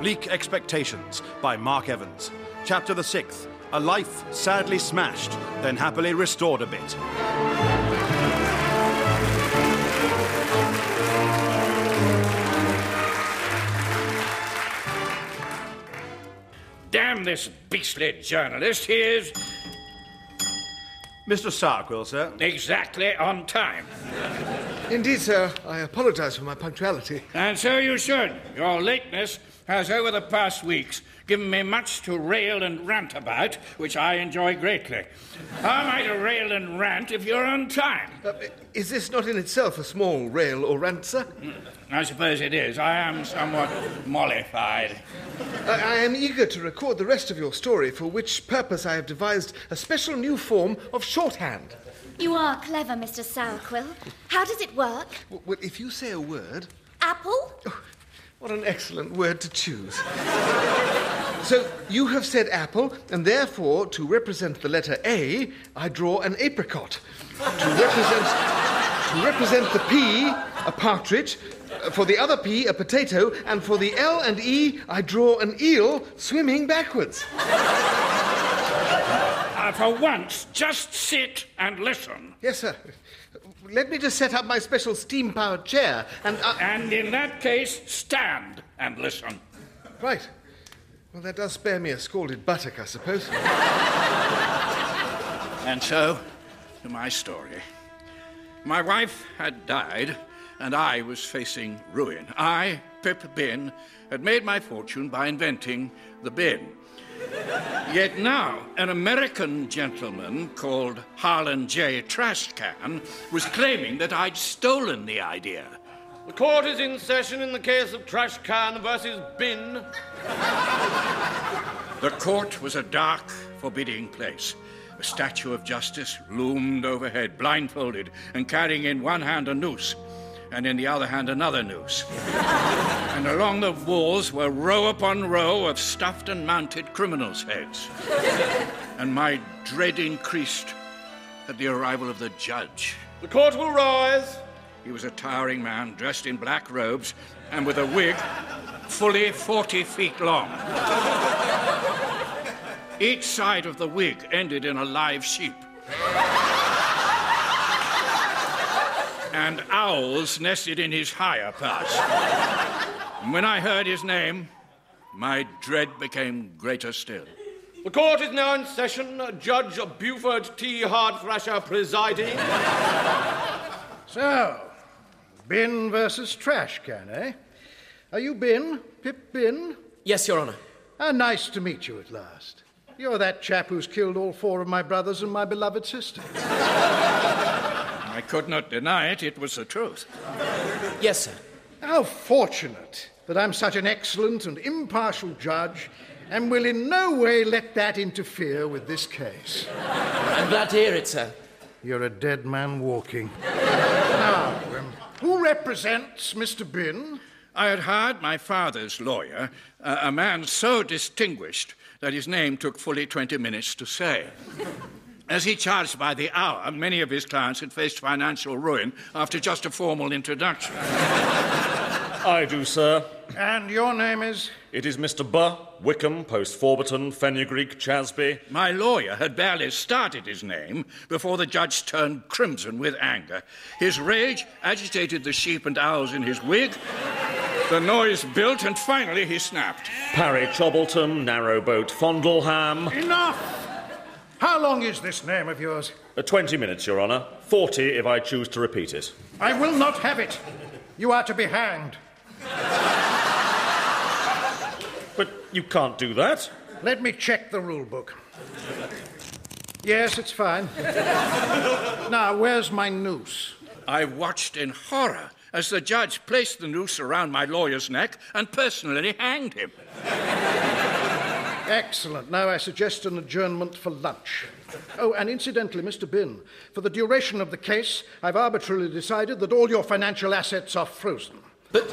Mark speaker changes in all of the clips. Speaker 1: Bleak Expectations by Mark Evans. Chapter the sixth A life sadly smashed, then happily restored a bit.
Speaker 2: Damn this beastly journalist. He is
Speaker 1: Mr. Sarquill, sir.
Speaker 2: exactly on time.
Speaker 3: Indeed, sir. I apologize for my punctuality.
Speaker 2: And so you should. Your lateness has, over the past weeks, given me much to rail and rant about, which I enjoy greatly. How am I to rail and rant if you're on time?
Speaker 3: Uh, is this not in itself a small rail or rant, sir?
Speaker 2: I suppose it is. I am somewhat mollified.
Speaker 3: I, I am eager to record the rest of your story, for which purpose I have devised a special new form of shorthand.
Speaker 4: You are clever, Mr. Sourquill. How does it work?
Speaker 3: W- Well, if you say a word,
Speaker 4: Apple?
Speaker 3: what an excellent word to choose. so, you have said apple, and therefore, to represent the letter A, I draw an apricot. To represent, to represent the P, a partridge. uh, For the other P, a potato, and for the L and E, I draw an eel swimming backwards.
Speaker 2: Uh, for once, just sit and listen.
Speaker 3: Yes, sir. Let me just set up my special steam powered chair and. I
Speaker 2: And in that case, stand and listen.
Speaker 3: right. Well, that does spare me a scalded buttock, I suppose.
Speaker 2: And so, to my story. My wife had died, and I was facing ruin. I, Pip Bin, had made my fortune by inventing the bin. Yet now, an American gentleman called Harlan J. Trashcan was claiming that I'd stolen the idea.
Speaker 5: The court is in session in the case of Trash Can versus Bin.
Speaker 2: The court was a dark, forbidding place. A statue of justice loomed overhead, blindfolded and carrying in one hand a noose, and in the other hand another noose. and along the walls were row upon row of stuffed and mounted criminals' heads. and my dread increased at the arrival of the judge.
Speaker 5: The court will rise.
Speaker 2: He was a towering man dressed in black robes and with a wig fully 40 feet long. Each side of the wig ended in a live sheep. and owls nested in his higher parts. And when I heard his name, my dread became greater still.
Speaker 5: The court is now in session. Judge Buford T. Hardthrasher presiding.
Speaker 6: So, bin versus trash can, eh? Are you Bin? Pip Bin?
Speaker 7: Yes, Your Honor.
Speaker 6: Ah, nice to meet you at last. You're that chap who's killed all four of my brothers and my beloved sister.
Speaker 2: I could not deny it, it was the truth.
Speaker 7: Yes, sir.
Speaker 6: How fortunate that I'm such an excellent and impartial judge and will in no way let that interfere with this case.
Speaker 7: I'm glad to hear it, sir.
Speaker 6: You're a dead man walking. now, um, who represents Mr. Bin?
Speaker 2: I had hired my father's lawyer, a, a man so distinguished that his name took fully 20 minutes to say. As he charged by the hour, many of his clients had faced financial ruin after just a formal introduction.
Speaker 8: I do, sir.
Speaker 6: And your name is?
Speaker 8: It is Mr. Burr, Wickham, Post Forberton, Fenugreek, Chasby.
Speaker 2: My lawyer had barely started his name before the judge turned crimson with anger. His rage agitated the sheep and owls in his wig. The noise built, and finally he snapped.
Speaker 8: Parry Chobleton, Narrowboat, Fondleham.
Speaker 6: Enough! How long is this name of yours?
Speaker 8: Uh, 20 minutes, Your Honour. 40 if I choose to repeat it.
Speaker 6: I will not have it. You are to be hanged.
Speaker 8: But you can't do that.
Speaker 6: Let me check the rule book. Yes, it's fine. now, where's my noose?
Speaker 2: I watched in horror as the judge placed the noose around my lawyer's neck and personally hanged him.
Speaker 6: Excellent. Now I suggest an adjournment for lunch. Oh, and incidentally, Mr. Bin, for the duration of the case, I've arbitrarily decided that all your financial assets are frozen.
Speaker 7: But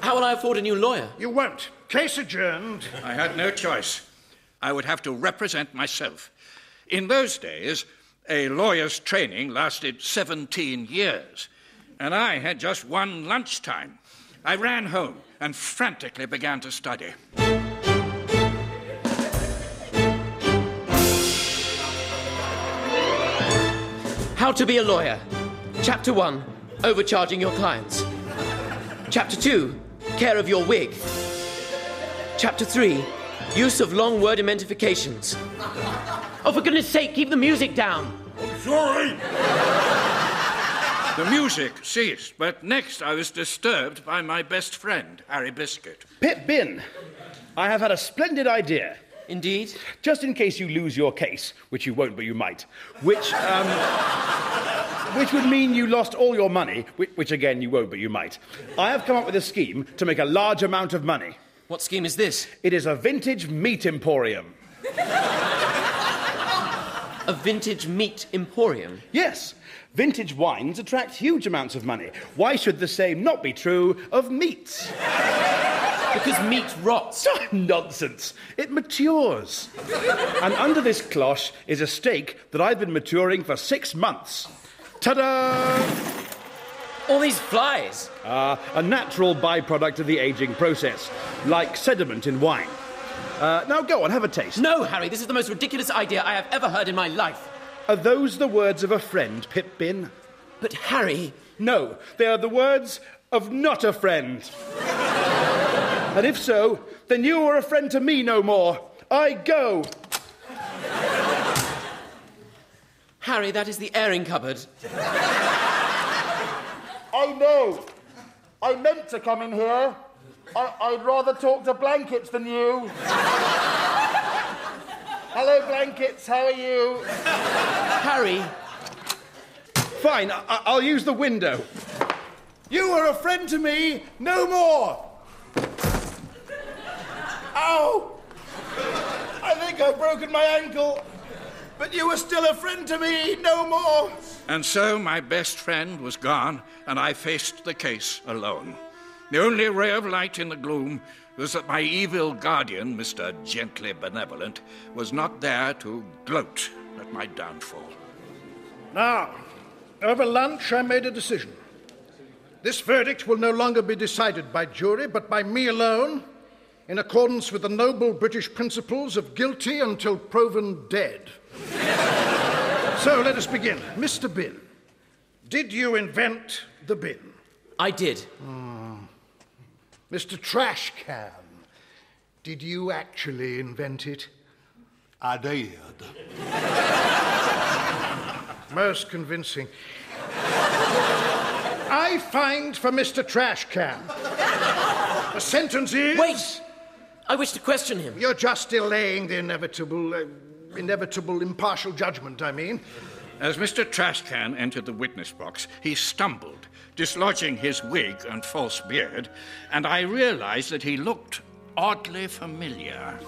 Speaker 7: how will I afford a new lawyer?
Speaker 6: You won't. Case adjourned.
Speaker 2: I had no choice. I would have to represent myself. In those days, a lawyer's training lasted 17 years, and I had just one lunchtime. I ran home and frantically began to study.
Speaker 7: How to be a lawyer. Chapter 1 Overcharging your clients. Chapter 2 Care of your wig. Chapter 3 Use of long word identifications. Oh, for goodness sake, keep the music down.
Speaker 2: Sorry! The music ceased, but next I was disturbed by my best friend, Harry Biscuit.
Speaker 1: Pip Bin, I have had a splendid idea.
Speaker 7: Indeed.
Speaker 1: Just in case you lose your case, which you won't, but you might, which, um, which would mean you lost all your money, which, which again you won't, but you might. I have come up with a scheme to make a large amount of money.
Speaker 7: What scheme is this?
Speaker 1: It is a vintage meat emporium.
Speaker 7: A vintage meat emporium.
Speaker 1: Yes, vintage wines attract huge amounts of money. Why should the same not be true of meats?
Speaker 7: Because meat rots.
Speaker 1: Ah, Nonsense. It matures. and under this cloche is a steak that I've been maturing for six months. Ta da!
Speaker 7: All these flies.
Speaker 1: Uh, a natural byproduct of the aging process, like sediment in wine. Uh, now go on, have a taste.
Speaker 7: No, Harry, this is the most ridiculous idea I have ever heard in my life.
Speaker 1: Are those the words of a friend, Pip Bin?
Speaker 7: But, Harry,
Speaker 1: No, they are the words of not a friend. and if so, then you are a friend to me no more. I go.
Speaker 7: Harry, that is the airing cupboard.
Speaker 1: I know. I meant to come in here. I, I'd rather talk to blankets than you. Hello, blankets. How are you?
Speaker 7: Harry,
Speaker 1: Fine. I, I- I'll use the window. You are a friend to me, no more. Ow! I think I've broken my ankle. But you are still a friend to me, no more.
Speaker 2: And so my best friend was gone, and I faced the case alone. The only ray of light in the gloom was that my evil guardian, Mr. Gently Benevolent, was not there to gloat at my downfall.
Speaker 6: Now, over lunch, I made a decision. This verdict will no longer be decided by jury, but by me alone, in accordance with the noble British principles of guilty until proven dead. so let us begin. Mr. Bin, did you invent the bin?
Speaker 7: I did.
Speaker 6: Mr. Trash Can, did you actually invent it?
Speaker 3: I did.
Speaker 6: Most convincing. I find for Mr. Trash Can. The sentence is.
Speaker 7: Wait! I wish to question him.
Speaker 6: You're just delaying the inevitable, uh, inevitable impartial judgment, I mean.
Speaker 2: As Mr. Trashcan entered the witness box, he stumbled, dislodging his wig and false beard, and I realized that he looked oddly familiar.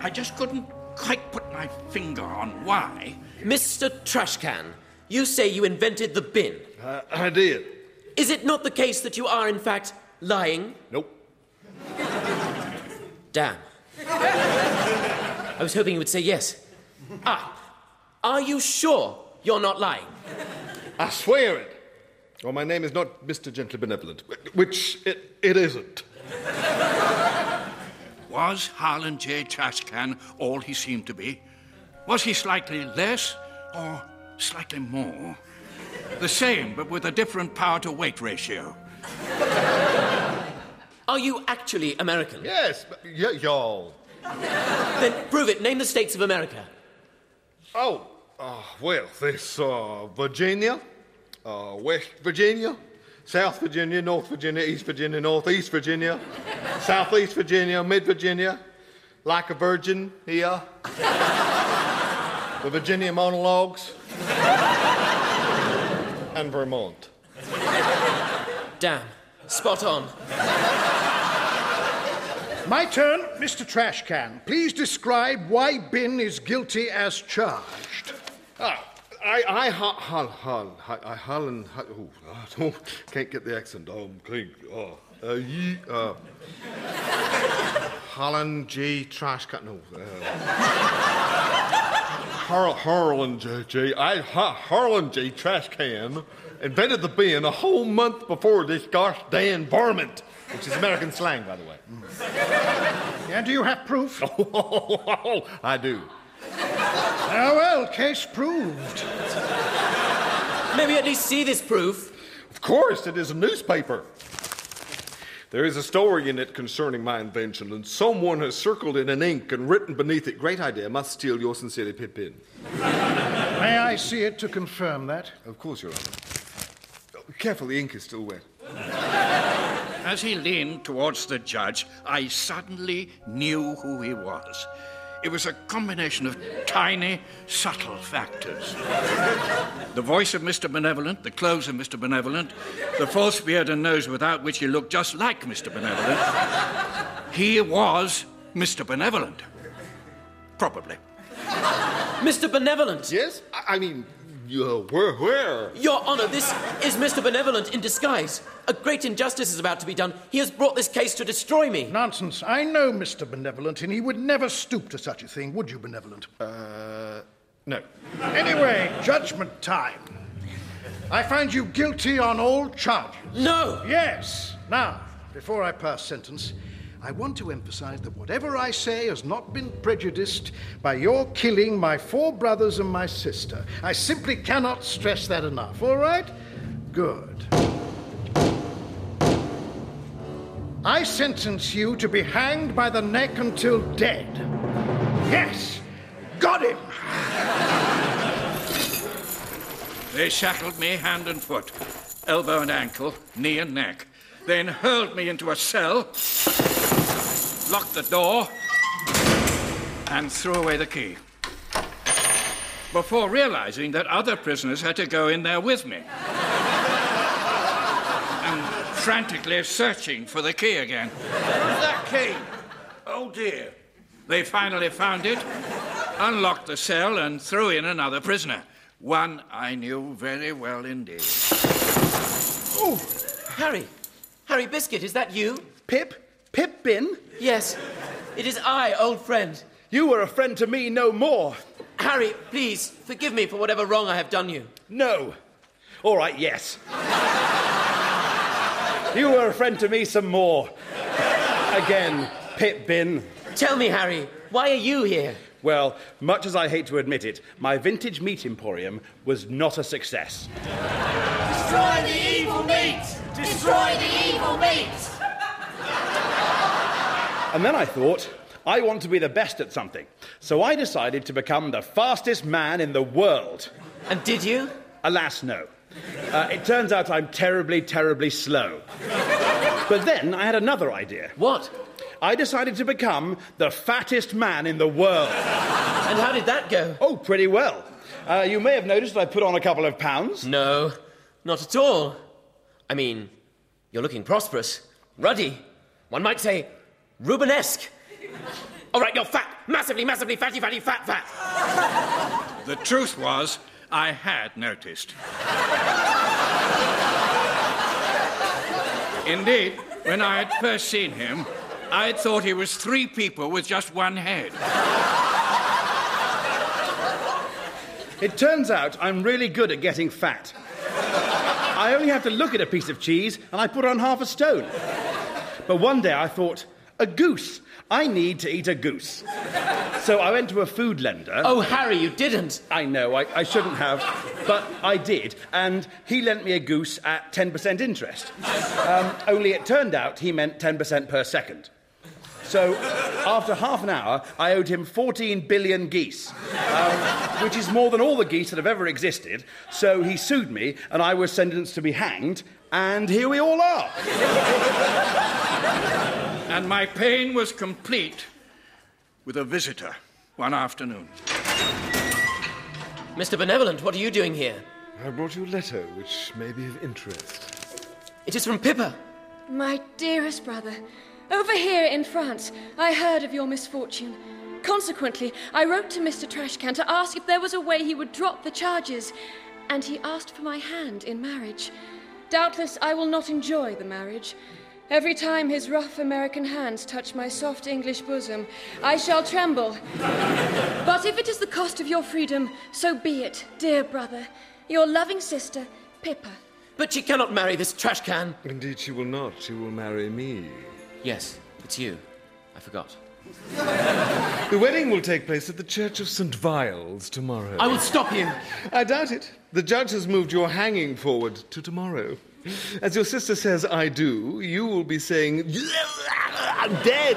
Speaker 2: I just couldn't quite put my finger on why.
Speaker 7: Mr. Trashcan, you say you invented the bin.
Speaker 3: Uh, I did.
Speaker 7: Is it not the case that you are, in fact, lying?
Speaker 3: Nope.
Speaker 7: Damn. I was hoping you would say yes. Ah, are you sure you're not lying?
Speaker 3: I swear it. Well, my name is not Mr. Gently Benevolent, wh- which it, it isn't.
Speaker 2: Was Harlan J. Trashcan all he seemed to be? Was he slightly less or slightly more? The same, but with a different power to weight ratio.
Speaker 7: Are you actually American?
Speaker 3: Yes, but y- y'all.
Speaker 7: Then prove it. Name the states of America.
Speaker 3: Oh, uh, well, this uh, Virginia, uh, West Virginia, South Virginia, North Virginia, East Virginia, Northeast Virginia, Southeast Virginia, Mid Virginia, like a virgin here, the Virginia monologues, and Vermont.
Speaker 7: Damn. Spot on.
Speaker 6: My turn, Mr. Trash Can. Please describe why Bin is guilty as charged.
Speaker 3: Ah, I, I, ha, hal, hal, hi- I, hal, and, hi- oh, I don't, can't get the accent. Um, clink, oh, uh, ye, uh, Holland G. Trash Cat, no, uh, Har, Harlan J. J. I, ha, Harlan J. Trash Can invented the bin a whole month before this gosh damn varmint.
Speaker 9: which is American slang, by the way.
Speaker 6: And do you have proof?
Speaker 9: Oh. I do.
Speaker 6: Ah, well, case proved.
Speaker 7: Maybe at least see this proof.
Speaker 9: Of course, it is a newspaper. There is a story in it concerning my invention, and someone has circled it in ink and written beneath it, Great idea, must steal your sincerely, Pippin.
Speaker 6: May I see it to confirm that?
Speaker 9: Of course, Your Honor. Careful, the ink is still wet.
Speaker 2: As he leaned towards the judge, I suddenly knew who he was. It was a combination of tiny, subtle factors. The voice of Mr. Benevolent, the clothes of Mr. Benevolent, the false beard and nose without which he looked just like Mr. Benevolent. He was Mr. Benevolent. Probably.
Speaker 7: Mr. Benevolent.
Speaker 9: Yes? I mean, you were where?
Speaker 7: Your Honor, this is Mr. Benevolent in disguise. A great injustice is about to be done. He has brought this case to destroy me.
Speaker 6: Nonsense. I know Mr. Benevolent, and he would never stoop to such a thing, would you, Benevolent?
Speaker 9: Uh, no.
Speaker 6: Anyway, judgment time. I find you guilty on all charges.
Speaker 7: No!
Speaker 6: Yes. Now, before I pass sentence, I want to emphasize that whatever I say has not been prejudiced by your killing my four brothers and my sister. I simply cannot stress that enough, all right? Good. I sentence you to be hanged by the neck until dead. Yes! Got him!
Speaker 2: They shackled me hand and foot, elbow and ankle, knee and neck, then hurled me into a cell, locked the door, and threw away the key. Before realizing that other prisoners had to go in there with me. and frantically searching for the key again. Where's that key? Oh dear. They finally found it, unlocked the cell, and threw in another prisoner. One I knew very well indeed.
Speaker 7: Oh, Harry. Harry Biscuit, is that you?
Speaker 10: Pip? Pip Bin?
Speaker 7: Yes. It is I, old friend.
Speaker 10: You were a friend to me no more.
Speaker 7: Harry, please, forgive me for whatever wrong I have done you.
Speaker 10: No. All right, yes. you were a friend to me some more. Again, Pip Bin.
Speaker 7: Tell me, Harry, why are you here?
Speaker 10: Well, much as I hate to admit it, my vintage meat emporium was not a success.
Speaker 11: Destroy the evil meat! Destroy the evil meat!
Speaker 10: And then I thought, I want to be the best at something. So I decided to become the fastest man in the world.
Speaker 7: And did you?
Speaker 10: Alas, no. Uh, it turns out I'm terribly, terribly slow. but then I had another idea.
Speaker 7: What?
Speaker 10: I decided to become the fattest man in the world.
Speaker 7: And how did that go?
Speaker 10: Oh, pretty well. Uh, you may have noticed I put on a couple of pounds.
Speaker 7: No, not at all. I mean, you're looking prosperous, ruddy. One might say, Rubenesque. All right, you're fat, massively, massively fatty, fatty, fat, fat.
Speaker 2: The truth was, I had noticed. Indeed, when I had first seen him, I had thought he was three people with just one head.
Speaker 10: It turns out I'm really good at getting fat. I only have to look at a piece of cheese and I put on half a stone. But one day I thought, a goose. I need to eat a goose. So I went to a food lender.
Speaker 7: Oh, Harry, you didn't.
Speaker 10: I know, I, I shouldn't have, but I did, and he lent me a goose at 10% interest. Um, only it turned out he meant 10% per second. So after half an hour, I owed him 14 billion geese, um, which is more than all the geese that have ever existed. So he sued me, and I was sentenced to be hanged, and here we all are.
Speaker 2: And my pain was complete with a visitor one afternoon.
Speaker 7: Mr. Benevolent, what are you doing here?
Speaker 9: I brought you a letter which may be of interest.
Speaker 7: It is from Pippa.
Speaker 12: My dearest brother, over here in France, I heard of your misfortune. Consequently, I wrote to Mr. Trashcan to ask if there was a way he would drop the charges, and he asked for my hand in marriage. Doubtless, I will not enjoy the marriage. Every time his rough American hands touch my soft English bosom, I shall tremble. but if it is the cost of your freedom, so be it, dear brother. Your loving sister, Pippa.
Speaker 7: But she cannot marry this trash can.
Speaker 3: Indeed, she will not. She will marry me.
Speaker 7: Yes, it's you. I forgot.
Speaker 3: The wedding will take place at the Church of St. Viles tomorrow.
Speaker 7: I will stop you.
Speaker 3: I doubt it. The judge has moved your hanging forward to tomorrow. As your sister says, I do, you will be saying, I'm dead.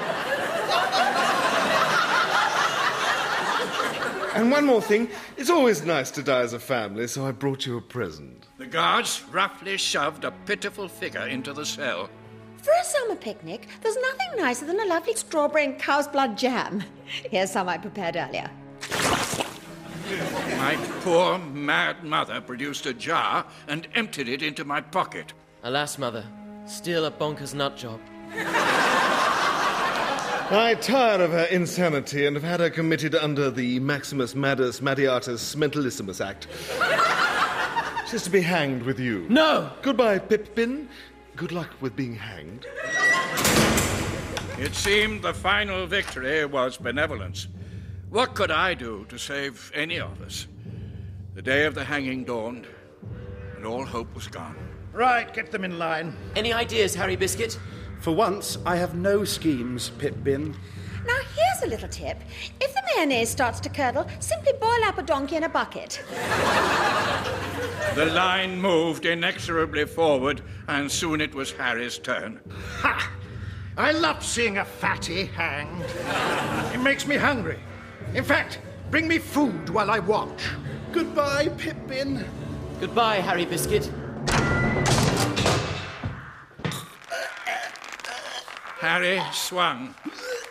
Speaker 3: and one more thing it's always nice to die as a family, so I brought you a present.
Speaker 2: The guards roughly shoved a pitiful figure into the cell.
Speaker 4: For a summer picnic, there's nothing nicer than a lovely strawberry and cow's blood jam. Here's some I prepared earlier.
Speaker 2: My poor mad mother produced a jar and emptied it into my pocket.
Speaker 7: Alas, mother, still a bonkers nut job.
Speaker 3: I tire of her insanity and have had her committed under the Maximus Madus Madiatus Mentalissimus Act. She's to be hanged with you.
Speaker 7: No!
Speaker 3: Goodbye, Pippin. Good luck with being hanged.
Speaker 2: It seemed the final victory was benevolence. What could I do to save any of us? The day of the hanging dawned, and all hope was gone.
Speaker 6: Right, get them in line.
Speaker 7: Any ideas, Harry Biscuit?
Speaker 1: For once, I have no schemes, Pip Bin.
Speaker 4: Now, here's a little tip. If the mayonnaise starts to curdle, simply boil up a donkey in a bucket.
Speaker 2: The line moved inexorably forward, and soon it was Harry's turn.
Speaker 6: I love seeing a fatty hanged. it makes me hungry. In fact, bring me food while I watch.
Speaker 1: Goodbye, Pippin.
Speaker 7: Goodbye, Harry Biscuit.
Speaker 2: Harry swung.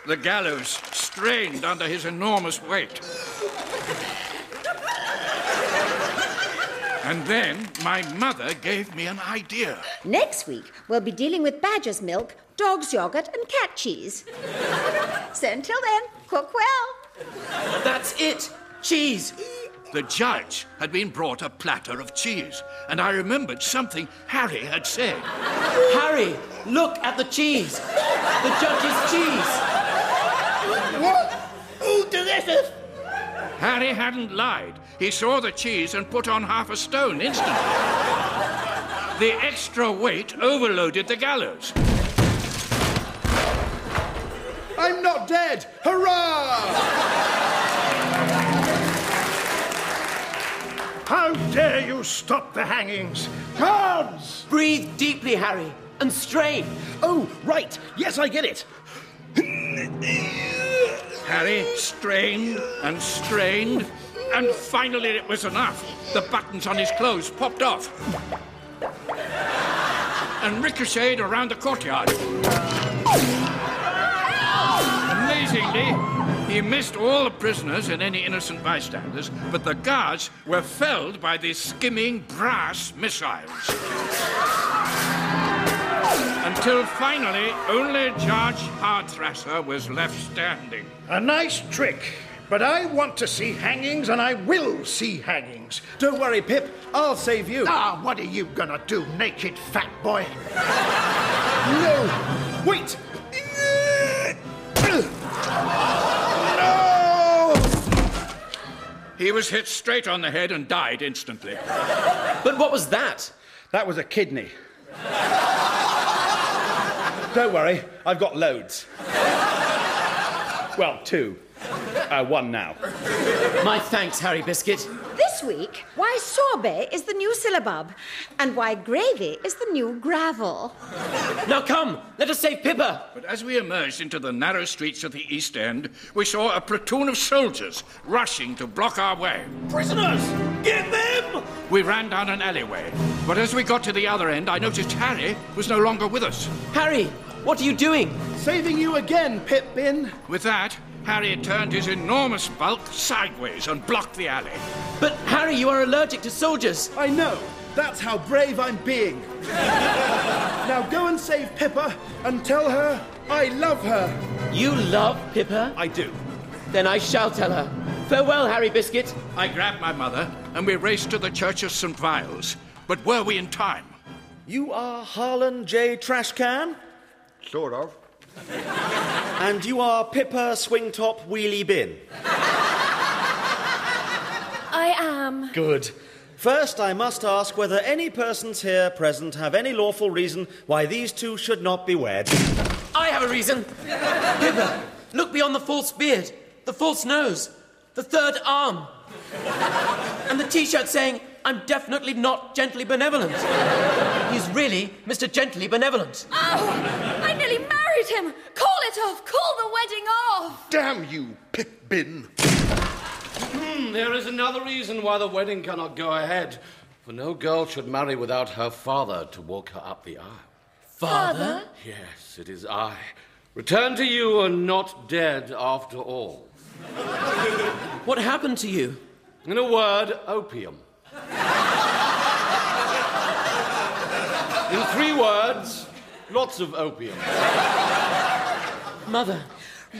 Speaker 2: The gallows strained under his enormous weight. And then my mother gave me an idea.
Speaker 4: Next week, we'll be dealing with badger's milk, dog's yogurt, and cat cheese. so until then, cook well.
Speaker 7: That's it! Cheese!
Speaker 2: The judge had been brought a platter of cheese, and I remembered something Harry had said.
Speaker 7: Harry, look at the cheese! The judge's cheese!
Speaker 13: What? Ooh, delicious!
Speaker 2: Harry hadn't lied. He saw the cheese and put on half a stone instantly. the extra weight overloaded the gallows.
Speaker 6: I'm not dead! Hurrah! How dare you stop the hangings? Guards!
Speaker 7: Breathe deeply, Harry, and strain.
Speaker 10: Oh, right. Yes, I get it.
Speaker 2: Harry strained and strained, and finally it was enough. The buttons on his clothes popped off and ricocheted around the courtyard. Amazingly, he missed all the prisoners and any innocent bystanders, but the guards were felled by these skimming brass missiles. Until finally, only Judge Hardthrasher was left standing.
Speaker 6: A nice trick, but I want to see hangings and I will see hangings.
Speaker 1: Don't worry, Pip. I'll save you.
Speaker 6: Ah, what are you gonna do, naked fat boy? no! Wait!
Speaker 2: He was hit straight on the head and died instantly.
Speaker 7: But what was that?
Speaker 10: That was a kidney. Don't worry, I've got loads. well, two. Uh, one now.
Speaker 7: My thanks, Harry Biscuit.
Speaker 4: This week, why sorbet is the new syllabub, and why gravy is the new gravel.
Speaker 7: Now come, let us save Pippa.
Speaker 2: But as we emerged into the narrow streets of the East End, we saw a platoon of soldiers rushing to block our way.
Speaker 13: Prisoners! Get them!
Speaker 2: We ran down an alleyway, but as we got to the other end, I noticed Harry was no longer with us.
Speaker 7: Harry, what are you doing?
Speaker 1: Saving you again, Pip Bin.
Speaker 2: With that, Harry turned his enormous bulk sideways and blocked the alley.
Speaker 7: But Harry, you are allergic to soldiers.
Speaker 1: I know. That's how brave I'm being. now go and save Pippa and tell her I love her.
Speaker 7: You love Pippa?
Speaker 1: I do.
Speaker 7: Then I shall tell her. Farewell, Harry Biscuit.
Speaker 2: I grabbed my mother and we raced to the Church of St. Viles. But were we in time?
Speaker 1: You are Harlan J. Trashcan,
Speaker 3: Sort of.
Speaker 1: and you are Pippa Swingtop Wheelie Bin.
Speaker 14: I am.
Speaker 1: Good.
Speaker 10: First, I must ask whether any persons here present have any lawful reason why these two should not be wed.
Speaker 7: I have a reason. Pippa, look beyond the false beard, the false nose, the third arm, and the t shirt saying, I'm definitely not gently benevolent. He's really Mr. Gently Benevolent.
Speaker 15: Oh, I nearly married him. Call it off. Call the wedding off.
Speaker 1: Damn you, pit bin. there is another reason why the wedding cannot go ahead. For no girl should marry without her father to walk her up the aisle.
Speaker 16: Father?
Speaker 1: Yes, it is I. Return to you and not dead after all.
Speaker 7: what happened to you?
Speaker 1: In a word, opium. In three words, lots of opium.
Speaker 7: Mother.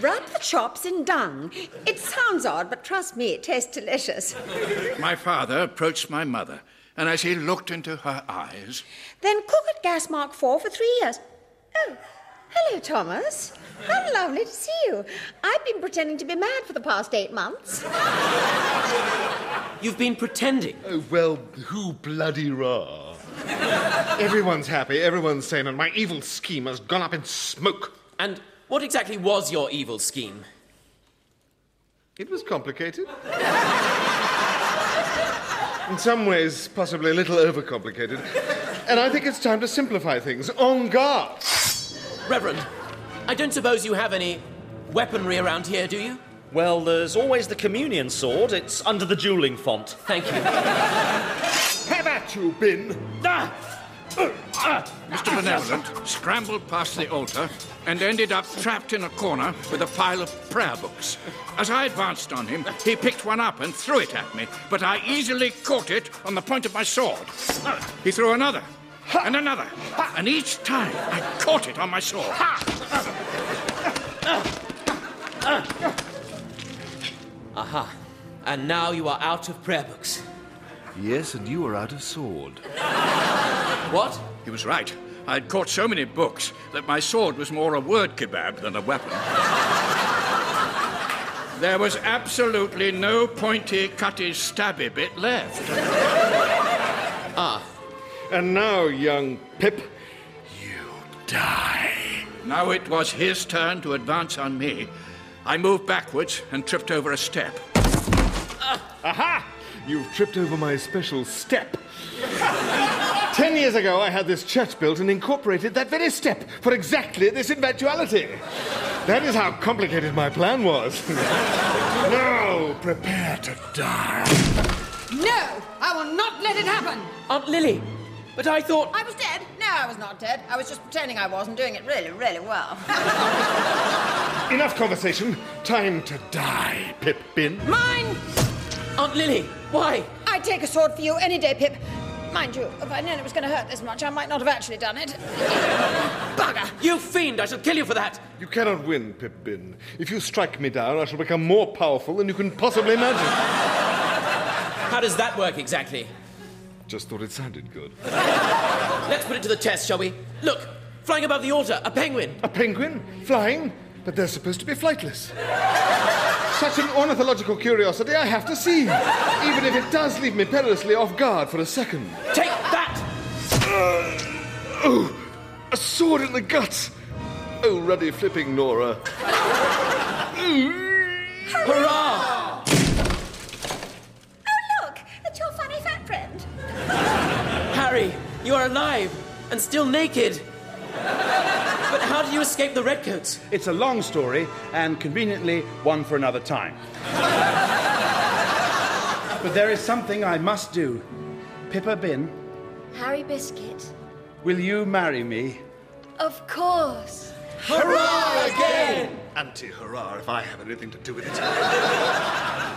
Speaker 17: Rub the chops in dung. It sounds odd, but trust me, it tastes delicious.
Speaker 2: My father approached my mother, and as he looked into her eyes,
Speaker 17: Then cook at gas mark four for three years. Oh, hello, Thomas. How lovely to see you. I've been pretending to be mad for the past eight months.
Speaker 7: You've been pretending.
Speaker 6: Oh, well, who bloody raw? everyone's happy, everyone's sane, and my evil scheme has gone up in smoke.
Speaker 7: And what exactly was your evil scheme?
Speaker 6: It was complicated. In some ways, possibly a little overcomplicated. And I think it's time to simplify things. On guard!
Speaker 7: Reverend, I don't suppose you have any weaponry around here, do you?
Speaker 10: Well, there's always the communion sword. It's under the dueling font.
Speaker 7: Thank you.
Speaker 10: have
Speaker 6: at you, Bin!
Speaker 13: Ah! Uh,
Speaker 2: Mr. Benevolent scrambled past the altar and ended up trapped in a corner with a pile of prayer books. As I advanced on him, he picked one up and threw it at me, but I easily caught it on the point of my sword. He threw another, and another, and each time I caught it on my sword.
Speaker 7: Aha. Ah, And now you are out of prayer books.
Speaker 2: Yes, and you were out of sword.
Speaker 7: What?
Speaker 2: He was right. I'd caught so many books that my sword was more a word kebab than a weapon. there was absolutely no pointy, cutty, stabby bit left.
Speaker 6: Ah. And now, young Pip,
Speaker 2: Now it was his turn to advance on me. I moved backwards and tripped over a step.
Speaker 6: Aha! You've tripped over my special step. Ten years ago, I had this church built and incorporated that very step for exactly this eventuality. That is how complicated my plan was. now, prepare to die.
Speaker 4: No, I will not let it happen.
Speaker 7: Aunt Lily, but I thought.
Speaker 4: Oh, I was dead. No, I was not dead. I was just pretending I was and doing it really, really well.
Speaker 6: Enough conversation. Time to die, Pip Bin.
Speaker 4: Mine!
Speaker 7: Aunt Lily, why?
Speaker 4: I'd take a sword for you any day, Pip. Mind you, if I'd known it was going to hurt this much, I might not have actually done it. Bugger!
Speaker 7: You fiend, I shall kill you for that.
Speaker 6: You cannot win, Pip Bin. If you strike me down, I shall become more powerful than you can possibly imagine.
Speaker 7: How does that work exactly?
Speaker 6: Just thought it sounded good.
Speaker 7: Let's put it to the test, shall we? Look, flying above the altar, a penguin.
Speaker 6: A penguin? Flying? But they're supposed to be flightless. Such an ornithological curiosity I have to see, even if it does leave me perilously off guard for a second.
Speaker 7: Take that!
Speaker 6: oh, a sword in the guts! Oh, ruddy flipping Nora.
Speaker 7: Hurrah!
Speaker 17: Oh, look, it's your funny fat friend.
Speaker 7: Harry, you are alive and still naked. But how do you escape the redcoats?
Speaker 18: It's a long story, and conveniently, one for another time. but there is something I must do. Pippa Bin,
Speaker 19: Harry Biscuit.
Speaker 18: will you marry me?
Speaker 19: Of course.
Speaker 16: Hurrah again!
Speaker 6: Anti hurrah if I have anything to do with it.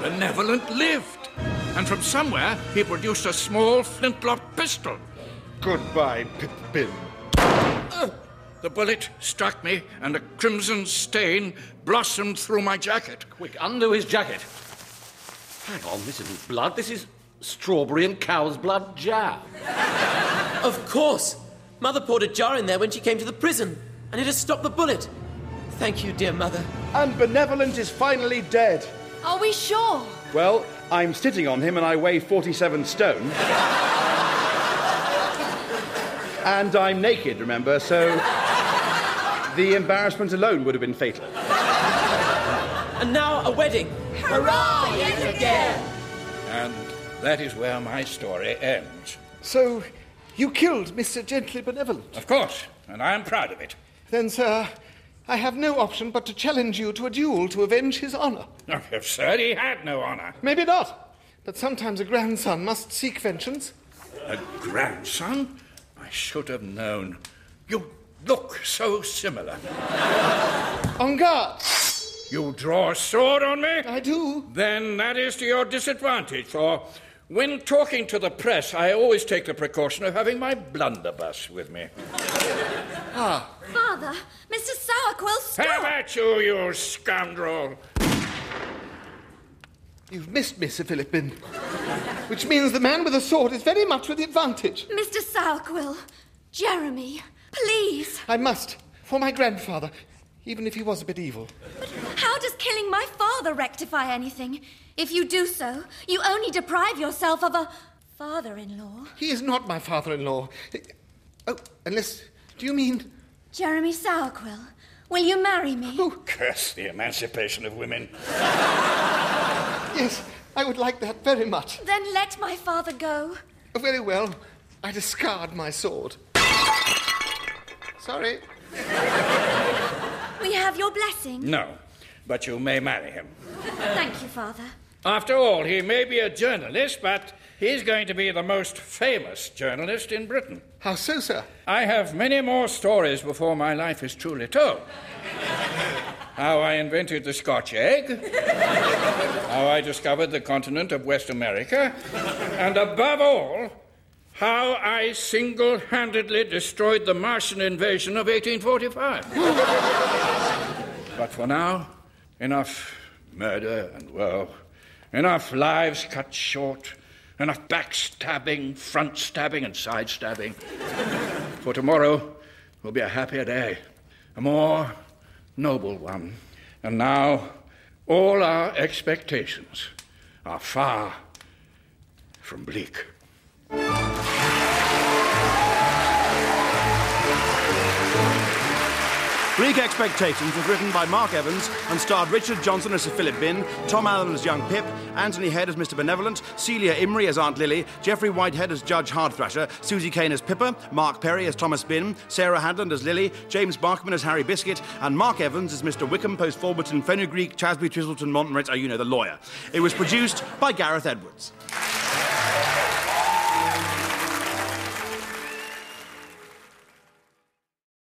Speaker 2: Benevolent lived, and from somewhere he produced a small flintlock pistol.
Speaker 6: Goodbye, Pip Bin.
Speaker 2: The bullet struck me, and a crimson stain blossomed through my jacket.
Speaker 1: Quick, undo his jacket. Hang on, this isn't blood. This is strawberry and cow's blood jam.
Speaker 7: Of course. Mother poured a jar in there when she came to the prison, and it has stopped the bullet. Thank you, dear Mother.
Speaker 20: And Benevolent is finally dead.
Speaker 19: Are we sure?
Speaker 20: Well,
Speaker 6: I'm sitting on him and I weigh 47 stone. and I'm naked, remember, so the embarrassment alone would have been fatal.
Speaker 7: And now a wedding.
Speaker 21: Hurrah, yet again!
Speaker 2: And that is where my story ends.
Speaker 3: So, you killed Mr. Gently Benevolent?
Speaker 2: Of course, and I am proud of it.
Speaker 3: Then, sir, I have no option but to challenge you to a duel to avenge his honor.
Speaker 2: Absurd, he had no honour.
Speaker 3: Maybe not, but sometimes a grandson must seek vengeance.
Speaker 2: A grandson? I should have known. You look so similar.
Speaker 3: On guard!
Speaker 2: You draw a sword on me?
Speaker 3: I do.
Speaker 2: Then that is to your disadvantage, for when talking to the press, I always take the precaution of having my blunderbuss with me.
Speaker 4: Ah. Father, Mr. Sourquill, stop!
Speaker 2: Have at you, you scoundrel!
Speaker 3: You've missed me, Sir Philipin. Which means the man with the sword is very much with the advantage.
Speaker 4: Mr. Sourquill, Jeremy, please.
Speaker 3: I must, for my grandfather, even if he was a bit evil.
Speaker 4: How does killing my father rectify anything? If you do so, you only deprive yourself of a father in law.
Speaker 3: He is not my father in law. Oh, unless. Do you mean.
Speaker 4: Jeremy Sourquill, will you marry me?
Speaker 21: Oh.
Speaker 2: Curse the emancipation of women.
Speaker 3: Yes, I would like that very much. Oh,
Speaker 4: Then let my father go.
Speaker 3: Very well. I discard my sword. Sorry.
Speaker 4: We have your blessing.
Speaker 2: No, but you may marry him.
Speaker 4: Thank you, Father.
Speaker 2: After all, he may be a journalist, but he's going to be the most famous journalist in Britain.
Speaker 3: How so, sir?
Speaker 2: I have many more stories before my life is truly told. How I invented the Scotch egg, how I discovered the continent of West America, and above all, how I single handedly destroyed the Martian invasion of 1845. but for now, enough murder and woe, enough lives cut short, enough backstabbing, front stabbing, and side stabbing. for tomorrow will be a happier day, a more noble one. And now, all our expectations are far from bleak.
Speaker 1: Bleak Expectations was written by Mark Evans and starred Richard Johnson as Sir Philip Bin, Tom Allen as Young Pip, Anthony Head as Mr. Benevolent, Celia Imrie as Aunt Lily, Jeffrey Whitehead as Judge Hardthrasher, Susie Kane as Pippa, Mark Perry as Thomas Bin, Sarah Hadland as Lily, James Barkman as Harry Biscuit, and Mark Evans as Mr. Wickham, Post Forberton, Fenugreek, Chasby, Twistleton, Montmorency, oh, you know, the lawyer. It was produced by Gareth Edwards.